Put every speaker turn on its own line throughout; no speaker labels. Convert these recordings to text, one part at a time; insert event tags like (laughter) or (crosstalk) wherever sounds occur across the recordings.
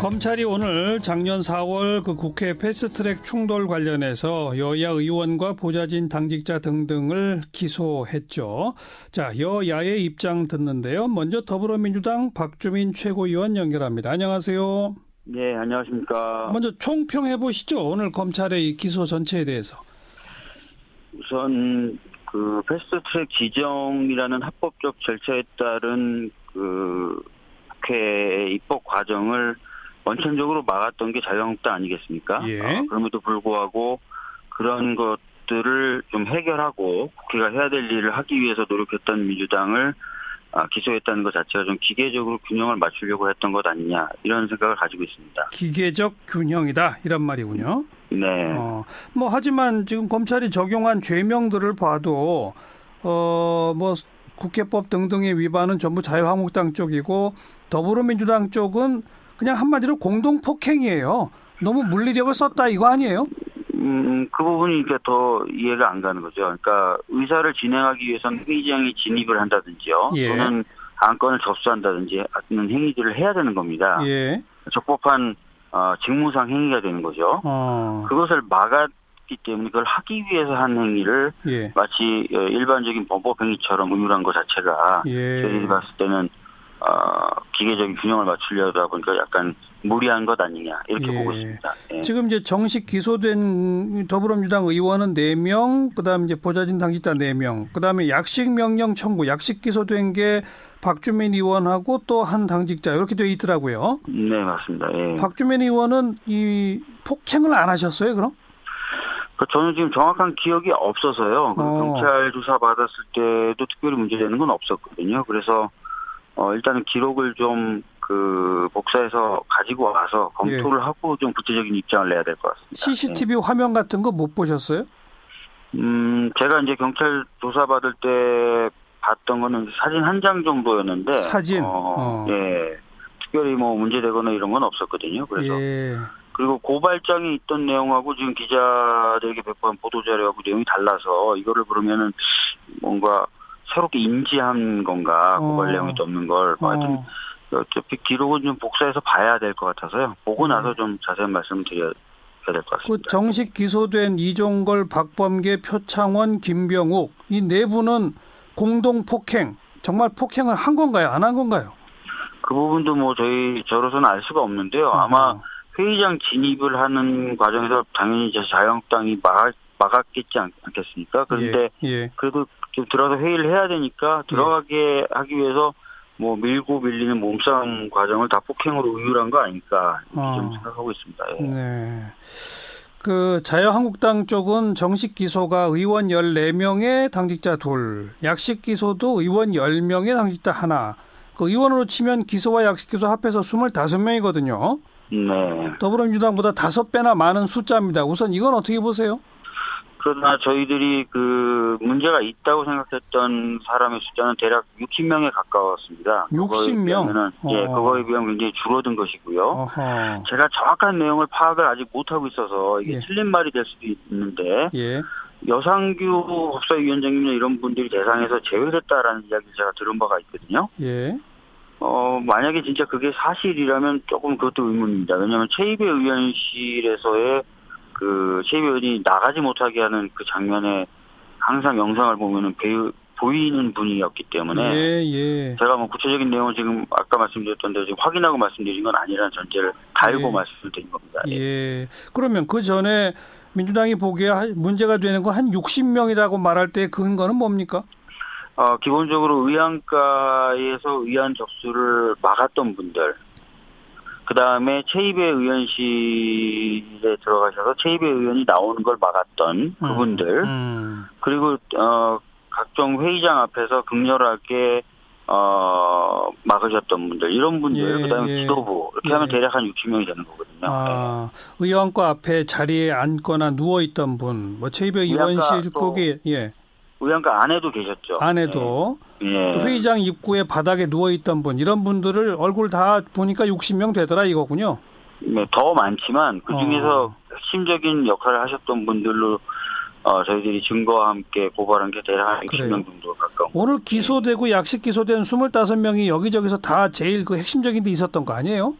검찰이 오늘 작년 4월 그 국회 패스트트랙 충돌 관련해서 여야 의원과 보좌진 당직자 등등을 기소했죠. 자, 여야의 입장 듣는데요. 먼저 더불어민주당 박주민 최고위원 연결합니다. 안녕하세요.
네, 안녕하십니까.
먼저 총평해 보시죠. 오늘 검찰의 이 기소 전체에 대해서.
우선 그 패스트트랙 지정이라는 합법적 절차에 따른 그 국회 입법 과정을 원천적으로 막았던 게 자유한국당 아니겠습니까?
예.
아, 그럼에도 불구하고 그런 것들을 좀 해결하고 국회가 해야 될 일을 하기 위해서 노력했던 민주당을 아, 기소했다는 것 자체가 좀 기계적으로 균형을 맞추려고 했던 것 아니냐 이런 생각을 가지고 있습니다.
기계적 균형이다. 이런 말이군요.
네.
어, 뭐 하지만 지금 검찰이 적용한 죄명들을 봐도 어뭐 국회법 등등의 위반은 전부 자유한국당 쪽이고 더불어민주당 쪽은 그냥 한마디로 공동 폭행이에요. 너무 물리력을 썼다 이거 아니에요?
음, 그 부분이 이제 더 이해가 안 가는 거죠. 그러니까 의사를 진행하기 위해서는 회의장에 진입을 한다든지요.
예.
또는 안건을 접수한다든지 하는 행위들을 해야 되는 겁니다.
예.
적법한 어, 직무상 행위가 되는 거죠.
어.
그것을 막았기 때문에 그걸 하기 위해서 한 행위를
예.
마치 어, 일반적인 범법 행위처럼 의무란 것 자체가 아, 저희들이
예.
봤을 때는 어, 기계적인 균형을 맞추려다 보니까 약간 무리한 것 아니냐 이렇게
예.
보고 있습니다. 예.
지금 이제 정식 기소된 더불어민주당 의원은 4명, 그다음 이제 보좌진 당직자 4명, 그다음에 약식 명령 청구, 약식 기소된 게 박주민 의원하고 또 한 당직자 이렇게 돼 있더라고요.
네 맞습니다. 예.
박주민 의원은 이 폭행을 안 하셨어요, 그럼?
아, 그 저는 지금 정확한 기억이 없어서요. 그
어.
경찰 조사 받았을 때도 특별히 문제되는 건 없었거든요. 그래서 어 일단은 기록을 좀 그 복사해서 가지고 와서 검토를 하고 좀 구체적인 입장을 내야 될 것 같습니다.
예.
네.
CCTV 화면 같은 거 못 보셨어요?
음 제가 이제 경찰 조사 받을 때 봤던 거는 사진 한 장 정도였는데
사진? 어.
어, 예. 특별히 뭐 문제되거나 이런 건 없었거든요. 그래서
예.
그리고 고발장에 있던 내용하고 지금 기자들에게 배포한 보도자료하고 내용이 달라서 이거를 그러면은 뭔가 새롭게 인지한 건가 고발
어.
내용이 없는 걸 뭐 하여튼
어.
어차피 기록은 좀 복사해서 봐야 될 것 같아서요 보고
음.
나서 좀 자세한 말씀을 드려야 될 것
그
같습니다
정식 기소된 이종걸, 박범계, 표창원, 김병욱 이 네 분은 공동 폭행, 정말 폭행을 한 건가요? 안 한 건가요?
그 부분도 뭐 저희 저로서는 알 수가 없는데요 아마
어.
회의장 진입을 하는 과정에서 당연히 이제 자유한국당이 막, 막았겠지 않, 겠습니까 그런데
예. 예.
그래도 좀 들어가서 회의를 해야
네.
되니까 들어가게 하기 위해서 뭐 밀고 밀리는 몸싸움 과정을 다 폭행으로 의율한 거 아닐까 이렇게
어.
좀 생각하고 있습니다. 예.
네. 그 자유한국당 쪽은 정식 기소가 의원 14명에 당직자 둘, 약식 기소도 의원 10명에 당직자 하나. 그 의원으로 치면 기소와 약식 기소 합해서 25명이거든요.
네.
더불어민주당보다 다섯 배나 많은 숫자입니다. 우선 이건 어떻게 보세요?
그러나 저희들이 그 문제가 있다고 생각했던 사람의 숫자는 대략 60명에 가까웠습니다. 그거에
60 명?
비하면은, 예,
어.
그거에 비하면 굉장히 줄어든 것이고요.
어허.
제가 정확한 내용을 파악을 아직 못하고 있어서 이게
예.
틀린 말이 될 수도 있는데
예.
여상규 법사위원장님이나 이런 분들이 대상에서 제외됐다라는 이야기를 제가 들은 바가 있거든요.
예.
어, 만약에 진짜 그게 사실이라면 조금 그것도 의문입니다. 왜냐하면 최입의 의원실에서의 그 최입의 의원이 나가지 못하게 하는 그 장면에 항상 영상을 보면은 배우, 보이는 분이었기 때문에
예, 예.
제가 뭐 구체적인 내용을 지금 아까 말씀드렸던 대로 지금 확인하고 말씀드린 건 아니라는 전제를 달고
예.
말씀드린 겁니다. 예.
예. 그러면 그 전에 민주당이 보기에 하- 문제가 되는 거 한 60명이라고 말할 때 근거는 뭡니까?
어, 기본적으로 의안가에서 의안 접수를 막았던 분들, 그 다음에 체입의 의원실에 들어가셔서 체입의 의원이 나오는 걸 막았던 음, 그분들,
음.
그리고 어, 각종 회의장 앞에서 극렬하게 어, 막으셨던 분들, 이런 분들,
예,
그 다음에
예.
지도부, 이렇게
예.
하면 대략 한 60명이 되는 거거든요.
아, 의원과 앞에 자리에 앉거나 누워 있던 분, 뭐 체이베 의원실
의원과 또-
거기 예
의안가 안에도 계셨죠.
안에도
예.
또 회의장 입구에 바닥에 누워 있던 분 이런 분들을 얼굴 다 보니까 60명 되더라 이거군요.
네, 더 많지만 그 중에서
어.
핵심적인 역할을 하셨던 분들로 어, 저희들이 증거와 함께 고발한 게 대략 한
그래요.
60명 정도 가까운.
오늘 기소되고 약식 기소된 25명이 여기저기서 다 제일 그 핵심적인 데 있었던 거 아니에요?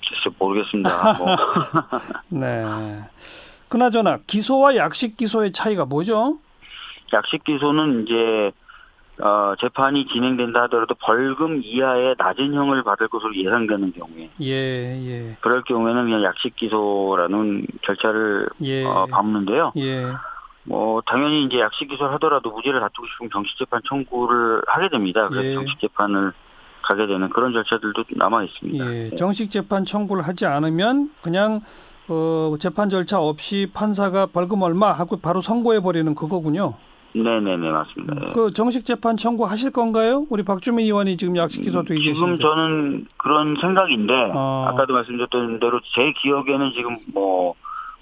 (laughs)
모르겠습니다. 뭐.
네. 그나저나 기소와 약식 기소의 차이가 뭐죠?
약식 기소는 이제 어, 재판이 진행된다 하더라도 벌금 이하의 낮은 형을 받을 것으로 예상되는 경우에
예, 예,
그럴 경우에는 그냥 약식 기소라는 결차를
예,
어, 밟는데요.
예,
뭐 당연히 이제 약식 기소를 하더라도 무죄를 다투고 싶으면 정식 재판 청구를 하게 됩니다. 그래서
예.
정식 재판을 가게 되는 그런 절차들도 남아 있습니다. 네.
예. 정식 재판 청구를 하지 않으면 그냥 어, 재판 절차 없이 판사가 벌금 얼마 하고 바로 선고해 버리는 그거군요.
네, 네, 네, 맞습니다. 예.
그 정식 재판 청구하실 건가요? 우리 박주민 의원이 지금 약식 기소도
음, 지금
얘기했는데.
저는 그런 생각인데
아.
아까도 말씀드렸던 대로 제 기억에는 지금 뭐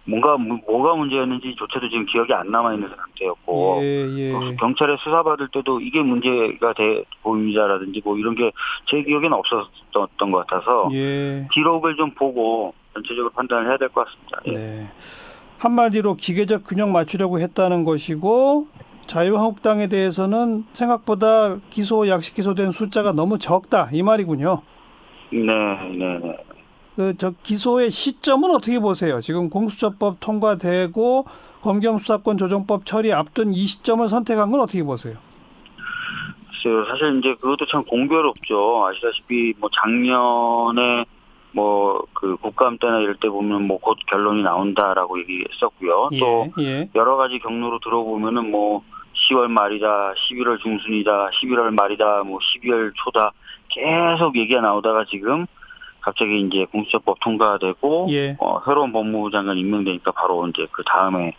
뭔가 무- 뭐가 문제였는지조차도 지금 기억이 안 남아 있는 상태였고 그렇죠.
예, 예.
또 경찰에 수사받을 때도 이게 문제가 돼 보임자라든지 뭐 이런 게 제 기억에는 없었던 것 같아서
예.
기록을 좀 보고 전체적으로 판단을 해야 될 것 같습니다. 예.
네. 한마디로 기계적 균형 맞추려고 했다는 것이고 자유한국당에 대해서는 생각보다 기소 약식 기소된 숫자가 너무 적다 이 말이군요.
네, 네, 네.
그 저 기소의 시점은 어떻게 보세요? 지금 공수처법 통과되고 검경수사권 조정법 처리 앞둔 이 시점을 선택한 건 어떻게 보세요?
글쎄요. 사실 이제 그것도 참 공교롭죠. 아시다시피 뭐 작년에 뭐 그 국감 때나 이럴 때 보면 뭐 곧 결론이 나온다라고 얘기했었고요. 아, 또
예, 예,
여러 가지 경로로 들어보면은 뭐 10월 말이다, 11월 중순이다, 11월 말이다, 뭐 12월 초다 계속 얘기가 나오다가 지금 갑자기 이제 공수처법 통과되고
예.
어, 새로운 법무부 장관 임명되니까 바로 이제 그 다음에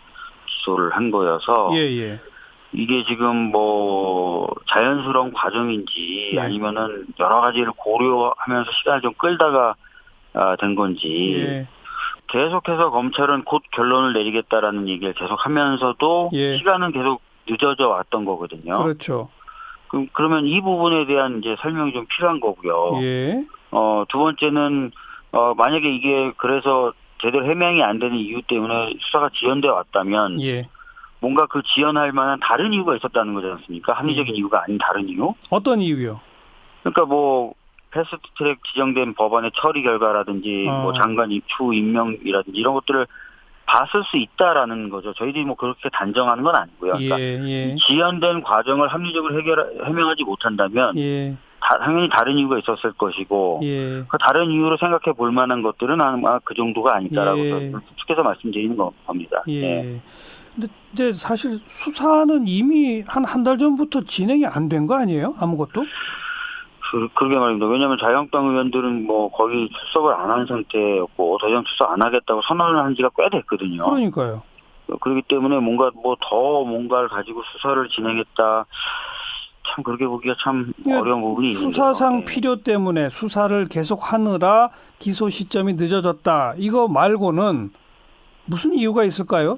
기소를 한 거여서
예, 예,
이게 지금 뭐 자연스러운 과정인지
예.
아니면은 여러 가지를 고려하면서 시간을 좀 끌다가 아, 된 건지
예,
계속해서 검찰은 곧 결론을 내리겠다라는 얘기를 계속하면서도
예.
시간은 계속 늦어져 왔던 거거든요.
그렇죠.
그럼 그러면 이 부분에 대한 이제 설명이 좀 필요한 거고요.
예,
어, 두 번째는 어, 만약에 이게 그래서 제대로 해명이 안 되는 이유 때문에 수사가 지연돼 왔다면
예.
뭔가 그 지연할 만한 다른 이유가 있었다는 거지 않습니까? 합리적인
예.
이유가 아닌 다른 이유?
어떤 이유요?
그러니까 뭐 패스트트랙 지정된 법안의 처리 결과라든지
아.
뭐 장관 입추 임명이라든지 이런 것들을 봤을 수 있다라는 거죠. 저희들이 뭐 그렇게 단정하는 건 아니고요.
예,
그러니까
예,
지연된 과정을 합리적으로 해결 해명하지 못한다면
예,
다- 당연히 다른 이유가 있었을 것이고
예.
그 다른 이유로 생각해 볼 만한 것들은 아마 그 정도가 아니다라고
예.
저는 추측해서 말씀드리는 겁니다. 예.
예. 근데 이제 사실 수사는 이미 한 한 달 전부터 진행이 안 된 거 아니에요? 아무것도?
어. 그, 그러게 말입니다. 왜냐하면 자유한국당 의원들은 뭐 거의 출석을 안 한 상태였고 더 이상 출석 안 하겠다고 선언을 한 지가 꽤 됐거든요.
그러니까요.
그렇기 때문에 뭔가 뭐 더 뭔가를 가지고 수사를 진행했다. 참 그렇게 보기가 참
예,
어려운 부분이 있는데
수사상 필요 때문에 수사를 계속 하느라 기소 시점이 늦어졌다. 이거 말고는 무슨 이유가 있을까요?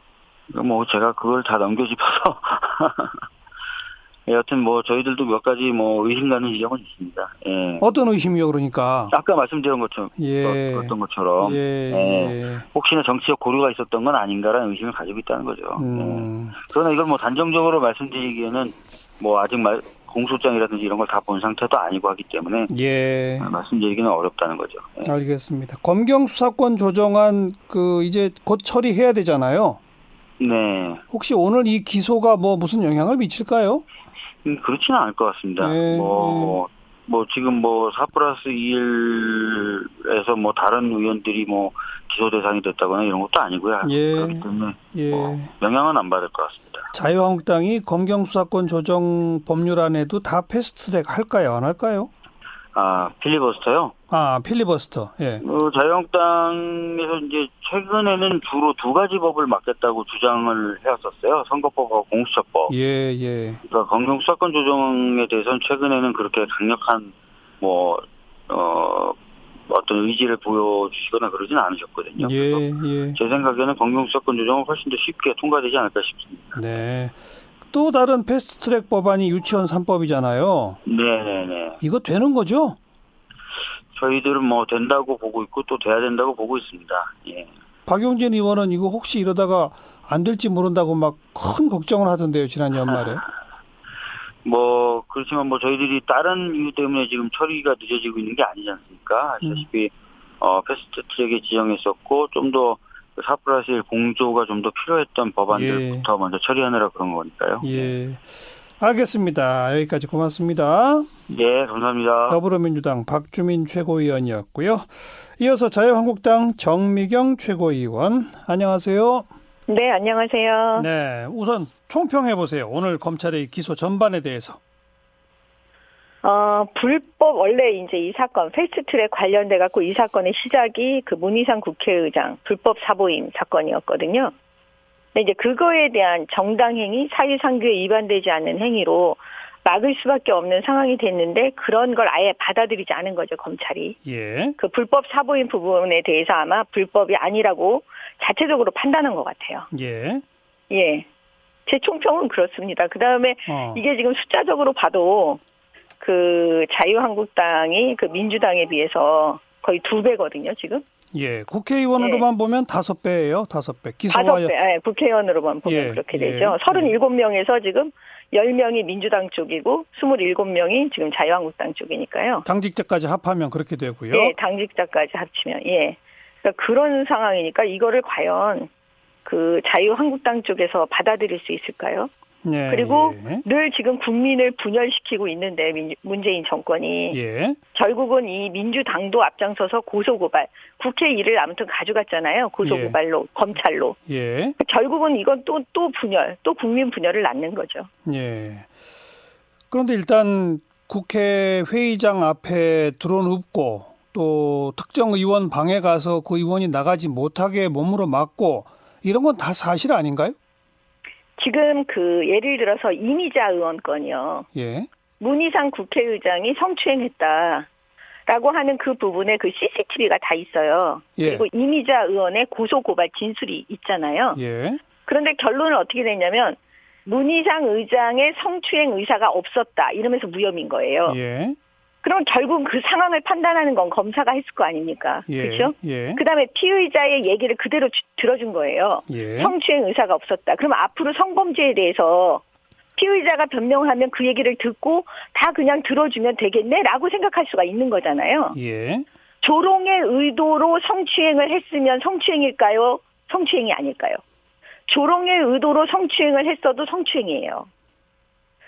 뭐 제가 그걸 다 넘겨짚어서 (laughs) 예, 여튼 뭐 저희들도 몇 가지 뭐 의심가는 지점은 있습니다. 예.
어떤 의심이요, 그러니까?
아까 말씀드린 것처럼
예.
어떤 것처럼 네.
예. 예.
혹시나 정치적 고려가 있었던 건 아닌가라는 의심을 가지고 있다는 거죠. 예.
음.
그러나 이걸 뭐 단정적으로 말씀드리기에는 뭐 아직 말 공소장이라든지 이런 걸 다 본 상태도 아니고 하기 때문에
예.
말씀드리기는 어렵다는 거죠. 예.
알겠습니다. 검경 수사권 조정안 그 이제 곧 처리해야 되잖아요.
네,
혹시 오늘 이 기소가 뭐 무슨 영향을 미칠까요?
음, 그렇지는 않을 것 같습니다.
네, 네.
뭐, 뭐, 뭐 지금 뭐4 플러스 2일에서 뭐 다른 의원들이 뭐 기소 대상이 됐다거나 이런 것도 아니고요.
예.
그렇기 때문에
예.
뭐 영향은 안 받을 것 같습니다.
자유한국당이 검경 수사권 조정 법률안에도 다 패스트트랙 할까요? 안 할까요?
아 필리버스터요.
아, 필리버스터. 예.
어, 자유한국당에서 이제 최근에는 주로 두 가지 법을 맡겠다고 주장을 해왔었어요. 선거법하고 공수처법.
예, 예.
그러니까 검경 수사권 조정에 대해서는 최근에는 그렇게 강력한 뭐 어, 어떤 의지를 보여주시거나 그러지는 않으셨거든요. 그래서
예, 예.
제 생각에는 검경 수사권 조정은 훨씬 더 쉽게 통과되지 않을까 싶습니다.
네. 또 다른 패스트트랙 법안이 유치원 3법이잖아요.
네네네.
이거 되는 거죠?
저희들은 뭐 된다고 보고 있고 또 돼야 된다고 보고 있습니다. 예.
박용진 의원은 이거 혹시 이러다가 안 될지 모른다고 막 큰 걱정을 하던데요, 지난 연말에.
뭐 그렇지만 뭐 저희들이 다른 이유 때문에 지금 처리가 늦어지고 있는 게 아니지 않습니까? 아시다시피 어, 패스트 트랙에 지정했었고 좀 더 사프라실 공조가 좀 더 필요했던 법안들부터 먼저 처리하느라 그런 거니까요.
예. 알겠습니다. 여기까지 고맙습니다.
예, 감사합니다.
더불어민주당 박주민 최고위원이었고요. 이어서 자유한국당 정미경 최고위원. 안녕하세요.
네, 안녕하세요.
네, 우선 총평해 보세요. 오늘 검찰의 기소 전반에 대해서.
어, 불법 원래 이제 이 사건 패스트트랙 관련돼 갖고 이 사건의 시작이 그 문희상 국회의장 불법 사보임 사건이었거든요. 근데 이제 그거에 대한 정당행위, 사회상규에 위반되지 않는 행위로 막을 수밖에 없는 상황이 됐는데 그런 걸 아예 받아들이지 않은 거죠 검찰이.
예.
그 불법 사보임 부분에 대해서 아마 불법이 아니라고 자체적으로 판단한 것 같아요.
예.
예. 제 총평은 그렇습니다. 그 다음에
어.
이게 지금 숫자적으로 봐도 그 자유한국당이 그 민주당에 비해서 거의 두 배거든요, 지금.
예. 국회의원으로만 보면 다섯 배예요. 다섯 배.
네. 다섯
기소와
배, 예, 국회의원으로만 보면
예,
그렇게
예,
되죠.
예.
37명에서 지금 10명이 민주당 쪽이고 27명이 지금 자유한국당 쪽이니까요.
당직자까지 합하면 그렇게 되고요.
예, 당직자까지 합치면, 예. 그러니까 그런 상황이니까 이거를 과연 그 자유한국당 쪽에서 받아들일 수 있을까요?
예,
그리고 네.
예.
늘 지금 국민을 분열시키고 있는데 민- 문재인 정권이
예.
결국은 이 민주당도 앞장서서 고소고발 국회 일을 아무튼 가져갔잖아요 고소고발로 검찰로
예.
결국은 이건 또 또 분열 또 국민 분열을 낳는 거죠
예. 그런데 일단 국회 회의장 앞에 드론눕고 또 특정 의원 방에 가서 그 의원이 나가지 못하게 몸으로 막고 이런 건 다 사실 아닌가요?
지금 그 예를 들어서 이미자 의원 건이요
예.
문희상 국회의장이 성추행했다. 라고 하는 그 부분에 그 CCTV가 다 있어요.
예.
그리고 이미자 의원의 고소 고발 진술이 있잖아요.
예.
그런데 결론은 어떻게 됐냐면 문희상 의장의 성추행 의사가 없었다 이러면서 무혐의인 거예요.
예.
그럼 결국 그 상황을 판단하는 건 검사가 했을 거 아닙니까?
예.
그렇죠?
예.
그다음에 피의자의 얘기를 그대로 주- 들어준 거예요.
예.
그 성추행 의사가 없었다. 그럼 앞으로 성범죄에 대해서 피의자가 변명하면 그 얘기를 듣고 다 그냥 들어주면 되겠네라고 생각할 수가 있는 거잖아요.
예.
조롱의 의도로 성추행을 했으면 성추행일까요? 성추행이 아닐까요? 조롱의 의도로 성추행을 했어도 성추행이에요.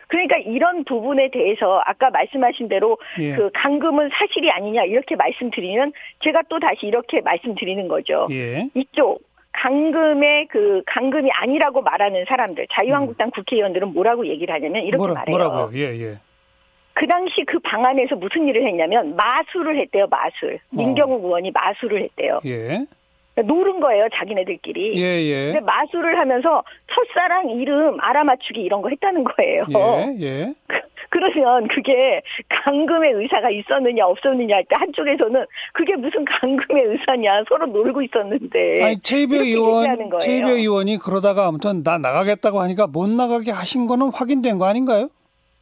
그러니까 이런 부분에 대해서 아까 말씀하신 대로
예.
그 감금은 사실이 아니냐 이렇게 말씀드리면 제가 또 다시 이렇게 말씀드리는 거죠.
예.
이쪽 강금의 그 강금이 아니라고 말하는 사람들 자유한국당 국회의원들은 뭐라고 얘기를 하냐면 이렇게
음. 뭐라,
말해요.
뭐라고요? 예, 예.
그 당시 그 방안에서 무슨 일을 했냐면 마술을 했대요. 마술.
어.
민경욱 의원이 마술을 했대요.
예.
그러니까 노는 거예요.
예,
자기네들끼리.
예.
근데 마술을 하면서 첫사랑 이름 알아맞추기 이런 거 했다는 거예요.
예, 예.
그러면 그게 강금의 의사가 있었느냐 없었느냐 할 때 한쪽에서는 그게 무슨 강금의 의사냐 서로 놀고 있었는데
아니, 최이배
이렇게 예, 얘기하는
의원,
거예요.
최이배 의원이 그러다가 아무튼 나 나가겠다고 하니까 못 나가게 하신 거는 확인된 거 아닌가요?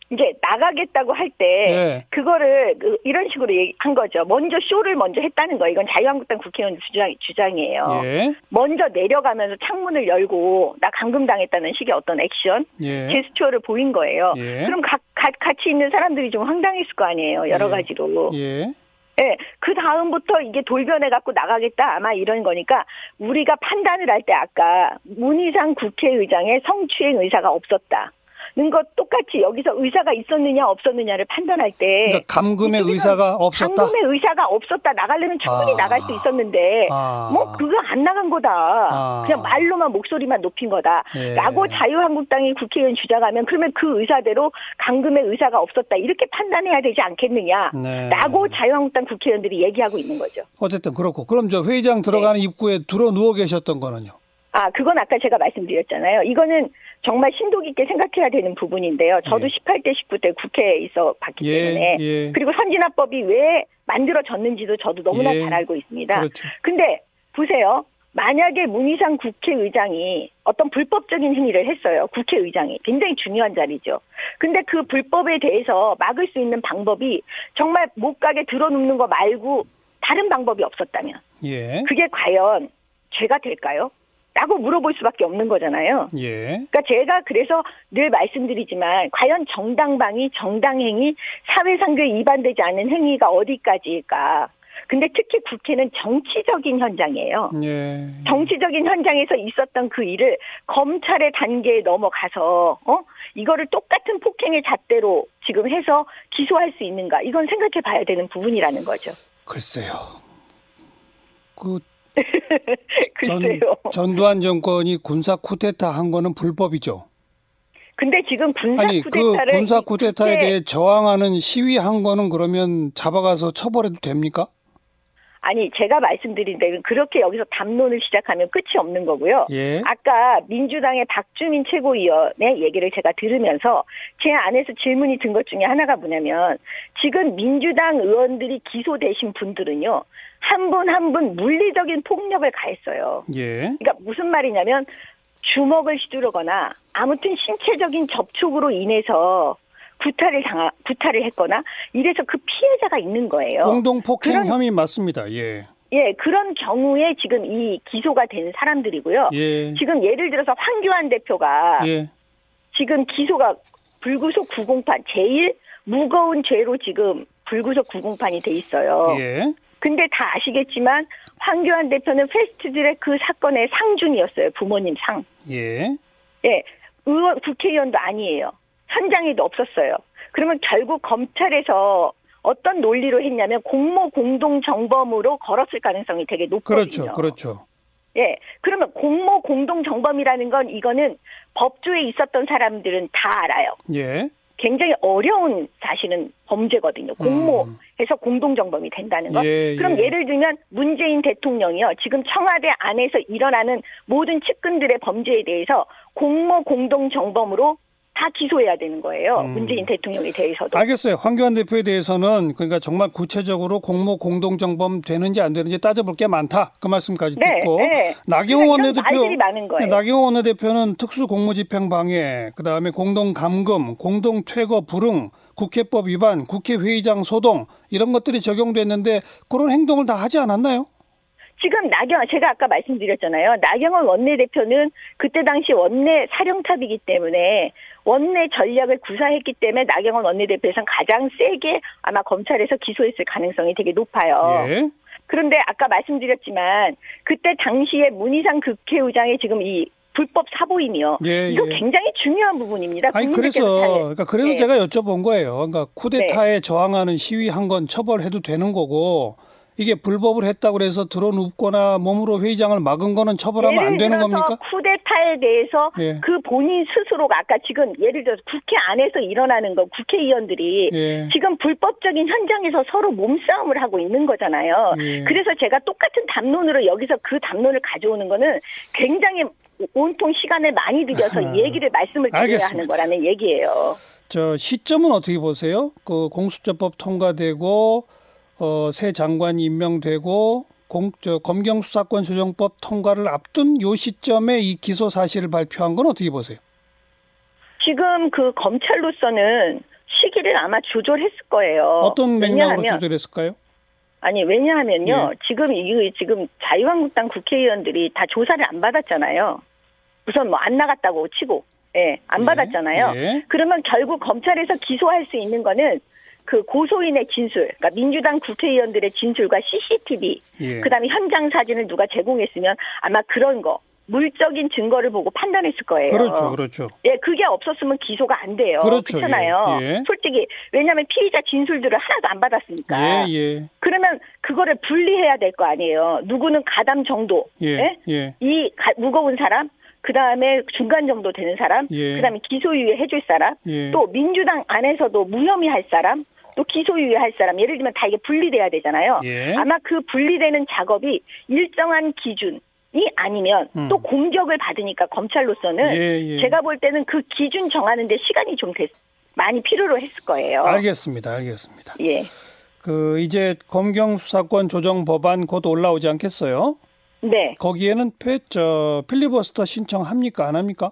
이제 나가겠다고 할 때
예.
그거를 그- 이런 식으로 얘기- 한 거죠. 먼저 쇼를 먼저 했다는 거예요. 이건 자유한국당 국회의원 주장, 주장이에요.
예.
먼저 내려가면서 창문을 열고 나 감금당했다는 식의 어떤 액션,
예.
제스처를 보인 거예요.
예.
그럼 가- 가- 같이 있는 사람들이 좀 황당했을 거 아니에요. 여러
예.
가지로.
예.
예, 그 다음부터 이게 돌변해 갖고 나가겠다 아마 이런 거니까 우리가 판단을 할 때 아까 문희상 국회의장의 성추행 의사가 없었다. 는것 똑같이 여기서 의사가 있었느냐 없었느냐를 판단할 때
그러니까 감금의
이쪽에서는
의사가 없었다.
감금의 의사가 없었다 나가려면 충분히
아.
나갈 수 있었는데
아.
뭐 그거 안 나간 거다
아.
그냥 말로만 목소리만 높인 거다
예.
라고 자유한국당이 국회의원 주장하면 그러면 그 의사대로 감금의 의사가 없었다 이렇게 판단해야 되지 않겠느냐
네.
라고 자유한국당 국회의원들이 얘기하고 있는 거죠.
어쨌든 그렇고 그럼 저 회의장
네.
들어가는 입구에 들어 누워 계셨던 거는요.
아, 그건 아까 제가 말씀드렸잖아요. 이거는 정말 심도 깊게 생각해야 되는 부분인데요. 저도
예.
18대, 19대 국회에 있어 봤기
예,
때문에.
예.
그리고 선진화법이 왜 만들어졌는지도 저도 너무나
예.
잘 알고 있습니다.
그렇죠.
근데 보세요. 만약에 문희상 국회의장이 어떤 불법적인 행위를 했어요. 국회의장이 굉장히 중요한 자리죠. 근데 그 불법에 대해서 막을 수 있는 방법이 정말 못 가게 들어눕는 거 말고 다른 방법이 없었다면
예.
그게 과연 죄가 될까요? 라고 물어볼 수밖에 없는 거잖아요.
예.
그러니까 제가 그래서 늘 말씀드리지만 과연 정당방위, 정당행위, 사회상규에 위반되지 않는 행위가 어디까지일까? 근데 특히 국회는 정치적인 현장이에요.
예.
정치적인 현장에서 있었던 그 일을 검찰의 단계에 넘어가서 어 이거를 똑같은 폭행의 잣대로 지금 해서 기소할 수 있는가 이건 생각해 봐야 되는 부분이라는 거죠.
글쎄요. 그 전,
글쎄요.
전두환 정권이 군사 쿠데타 한 거는 불법이죠.
근데 지금 군사
아니 그
쿠데타를
군사 쿠데타에
이렇게-
대해 저항하는 시위한 거는 그러면 잡아가서 처벌해도 됩니까?
아니 제가 말씀드린 대로 그렇게 여기서 담론을 시작하면 끝이 없는 거고요.
예.
아까 민주당의 박주민 최고위원의 얘기를 제가 들으면서 제 안에서 질문이 든 것 중에 하나가 뭐냐면 지금 민주당 의원들이 기소되신 분들은요 한 분 한 분 물리적인 폭력을 가했어요.
예.
그러니까 무슨 말이냐면 주먹을 휘두르거나 아무튼 신체적인 접촉으로 인해서 구타를 당하 구타를 했거나 이래서 그 피해자가 있는 거예요.
공동 폭행
어, 그런-
혐의 맞습니다. 예.
예, 그런 경우에 지금 이 기소가 된 사람들이고요.
예.
지금 예를 들어서 황교안 대표가
예.
지금 기소가 불구속 908 제일 무거운 죄로 지금 불구속 908이 돼 있어요.
예.
근데 다 아시겠지만 황교안 대표는 패스트들의 그 사건의 상중이었어요. 부모님 상.
예.
예. 의원 국회의원도 아니에요. 현장에도 없었어요. 그러면 결국 검찰에서 어떤 논리로 했냐면 공모 공동 정범으로 걸었을 가능성이 되게 높거든요.
그렇죠. 그렇죠.
예. 그러면 공모 공동 정범이라는 건 이거는 법조에 있었던 사람들은 다 알아요. 어.
예.
굉장히 어려운 사실은 범죄거든요. 공모해서 공동 정범이 된다는 건.
음. 예,
그럼
예.
예를 들면 문재인 대통령이요. 지금 청와대 안에서 일어나는 모든 측근들의 범죄에 대해서 공모 공동 정범으로 다 기소해야 되는 거예요.
음.
문재인 대통령에 대해서도.
알겠어요. 황교안 대표에 대해서는 그러니까 정말 구체적으로 공모 공동 정범 되는지 안 되는지 따져볼 게 많다. 그 말씀까지
네,
듣고
네.
나경원
그러니까 이런
원내대표 네,
말들이 많은 거예요.
나경원 원내대표는 특수 공무집행 방해, 그다음에 공동 감금, 공동 퇴거 불응, 국회법 위반, 국회 회의장 소동 이런 것들이 적용됐는데 그런 행동을 다 하지 않았나요?
지금 나경 제가 아까 말씀드렸잖아요. 나경원 원내대표는 그때 당시 원내 사령탑이기 때문에 원내 전략을 구사했기 때문에 나경원 원내대표에선 가장 세게 아마 검찰에서 기소했을 가능성이 되게 높아요.
예.
그런데 아까 말씀드렸지만 그때 당시에 문희상 국회의장의 지금 이 불법 사보임이요.
예,
이거
예.
굉장히 중요한 부분입니다.
아니 그래서
국민들께서 잘-
그러니까 그래서
네.
제가 여쭤본 거예요. 그러니까 쿠데타에 저항하는 시위한 건 처벌해도 되는 거고 이게 불법을 했다고 해서 드러눕거나 몸으로 회의장을 막은 거는 처벌하면 안 되는
예를 들어서
겁니까?
쿠데타에 대해서
예.
그 본인 스스로가 아까 지금 예를 들어서 국회 안에서 일어나는 거 국회의원들이
예.
지금 불법적인 현장에서 서로 몸싸움을 하고 있는 거잖아요.
예.
그래서 제가 똑같은 담론으로 여기서 그 담론을 가져오는 거는 굉장히 온통 시간을 많이 들여서
아하.
이 얘기를 말씀을 드려야
알겠습니다.
하는 거라는 얘기예요.
저 시점은 어떻게 보세요? 그 공수처법 통과되고 어, 새 장관이 임명되고 공, 저, 검경수사권 조정법 통과를 앞둔 요 시점에 이 기소 사실을 발표한 건 어떻게 보세요?
지금 그 검찰로서는 시기를 아마 조절했을 거예요.
어, 떤 맥락으로
왜냐하면-
조절했을까요? 예.
아니 왜냐하면요 지금 이 지금 자유한국당 국회의원들이 다 조사를 안 받았잖아요. 우선 뭐 안 나갔다고 치고 예안
예,
받았잖아요.
예.
그러면 결국 검찰에서 기소할 수 있는 거는 그 고소인의 진술, 그러니까 민주당 국회의원들의 진술과 CCTV,
예.
그다음에 현장 사진을 누가 제공했으면 아마 그런 거 물적인 증거를 보고 판단했을 거예요.
그렇죠, 그렇죠.
예, 그게 없었으면 기소가 안 돼요.
그렇죠,
잖아요
예, 예.
솔직히 왜냐하면 피의자 진술들을 하나도 안 받았으니까.
예, 예,
그러면 그거를 분리해야 될 거 아니에요. 누구는 가담 정도,
예,
예?
예.
이 가- 무거운 사람, 그 다음에 중간 정도 되는 사람,
예.
그 다음에 기소유예 해줄 사람,
예.
또 민주당 안에서도 무혐의 할 사람, 또 기소유예 할 사람, 예를 들면 다 이게 분리돼야 되잖아요.
예.
아마 그 분리되는 작업이 일정한 기준이 아니면
음.
또 공격을 받으니까 검찰로서는
예, 예.
제가 볼 때는 그 기준 정하는데 시간이 좀 됐- 많이 필요로 했을 거예요.
알겠습니다, 알겠습니다.
예.
그 이제 검경수사권 조정 법안 곧 올라오지 않겠어요?
네.
거기에는 패, 저, 필리버스터 신청합니까? 안 합니까?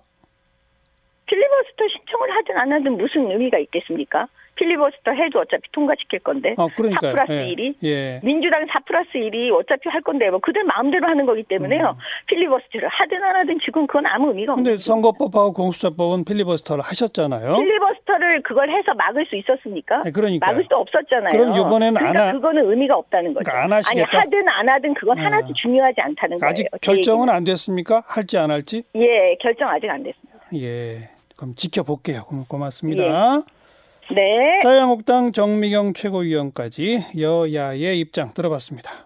필리버스터 신청을 하든 안 하든 무슨 의미가 있겠습니까? 필리버스터 해도 어차피 통과시킬 건데.
아, 그러니까요.
4 플러스
예.
1이.
예.
민주당 4 플러스 1이 어차피 할 건데 뭐 그들 마음대로 하는 거기 때문에요. 필리버스터를 하든 안 하든 지금 그건 아무 의미가 없는
근데 선거법하고 공수처법은 네. 필리버스터를 하셨잖아요.
필리버스터를 그걸 해서 막을 수 있었습니까?
네, 그러니까요.
막을 수 없었잖아요.
그럼 이번에는
그러니까
안 하-
그거는 의미가 없다는 거죠.
그러니까 안 하시겠다?
아니 하든 안 하든 그건
아.
하나도 중요하지 않다는 거예요.
아직
제
결정은 안 됐습니까? 할지 안 할지?
얘기는. 예 결정 아직 안 됐습니다.
예. 그럼 지켜볼게요. 고- 고맙습니다.
네.
자유한국당 정미경 최고위원까지 여야의 입장 들어봤습니다.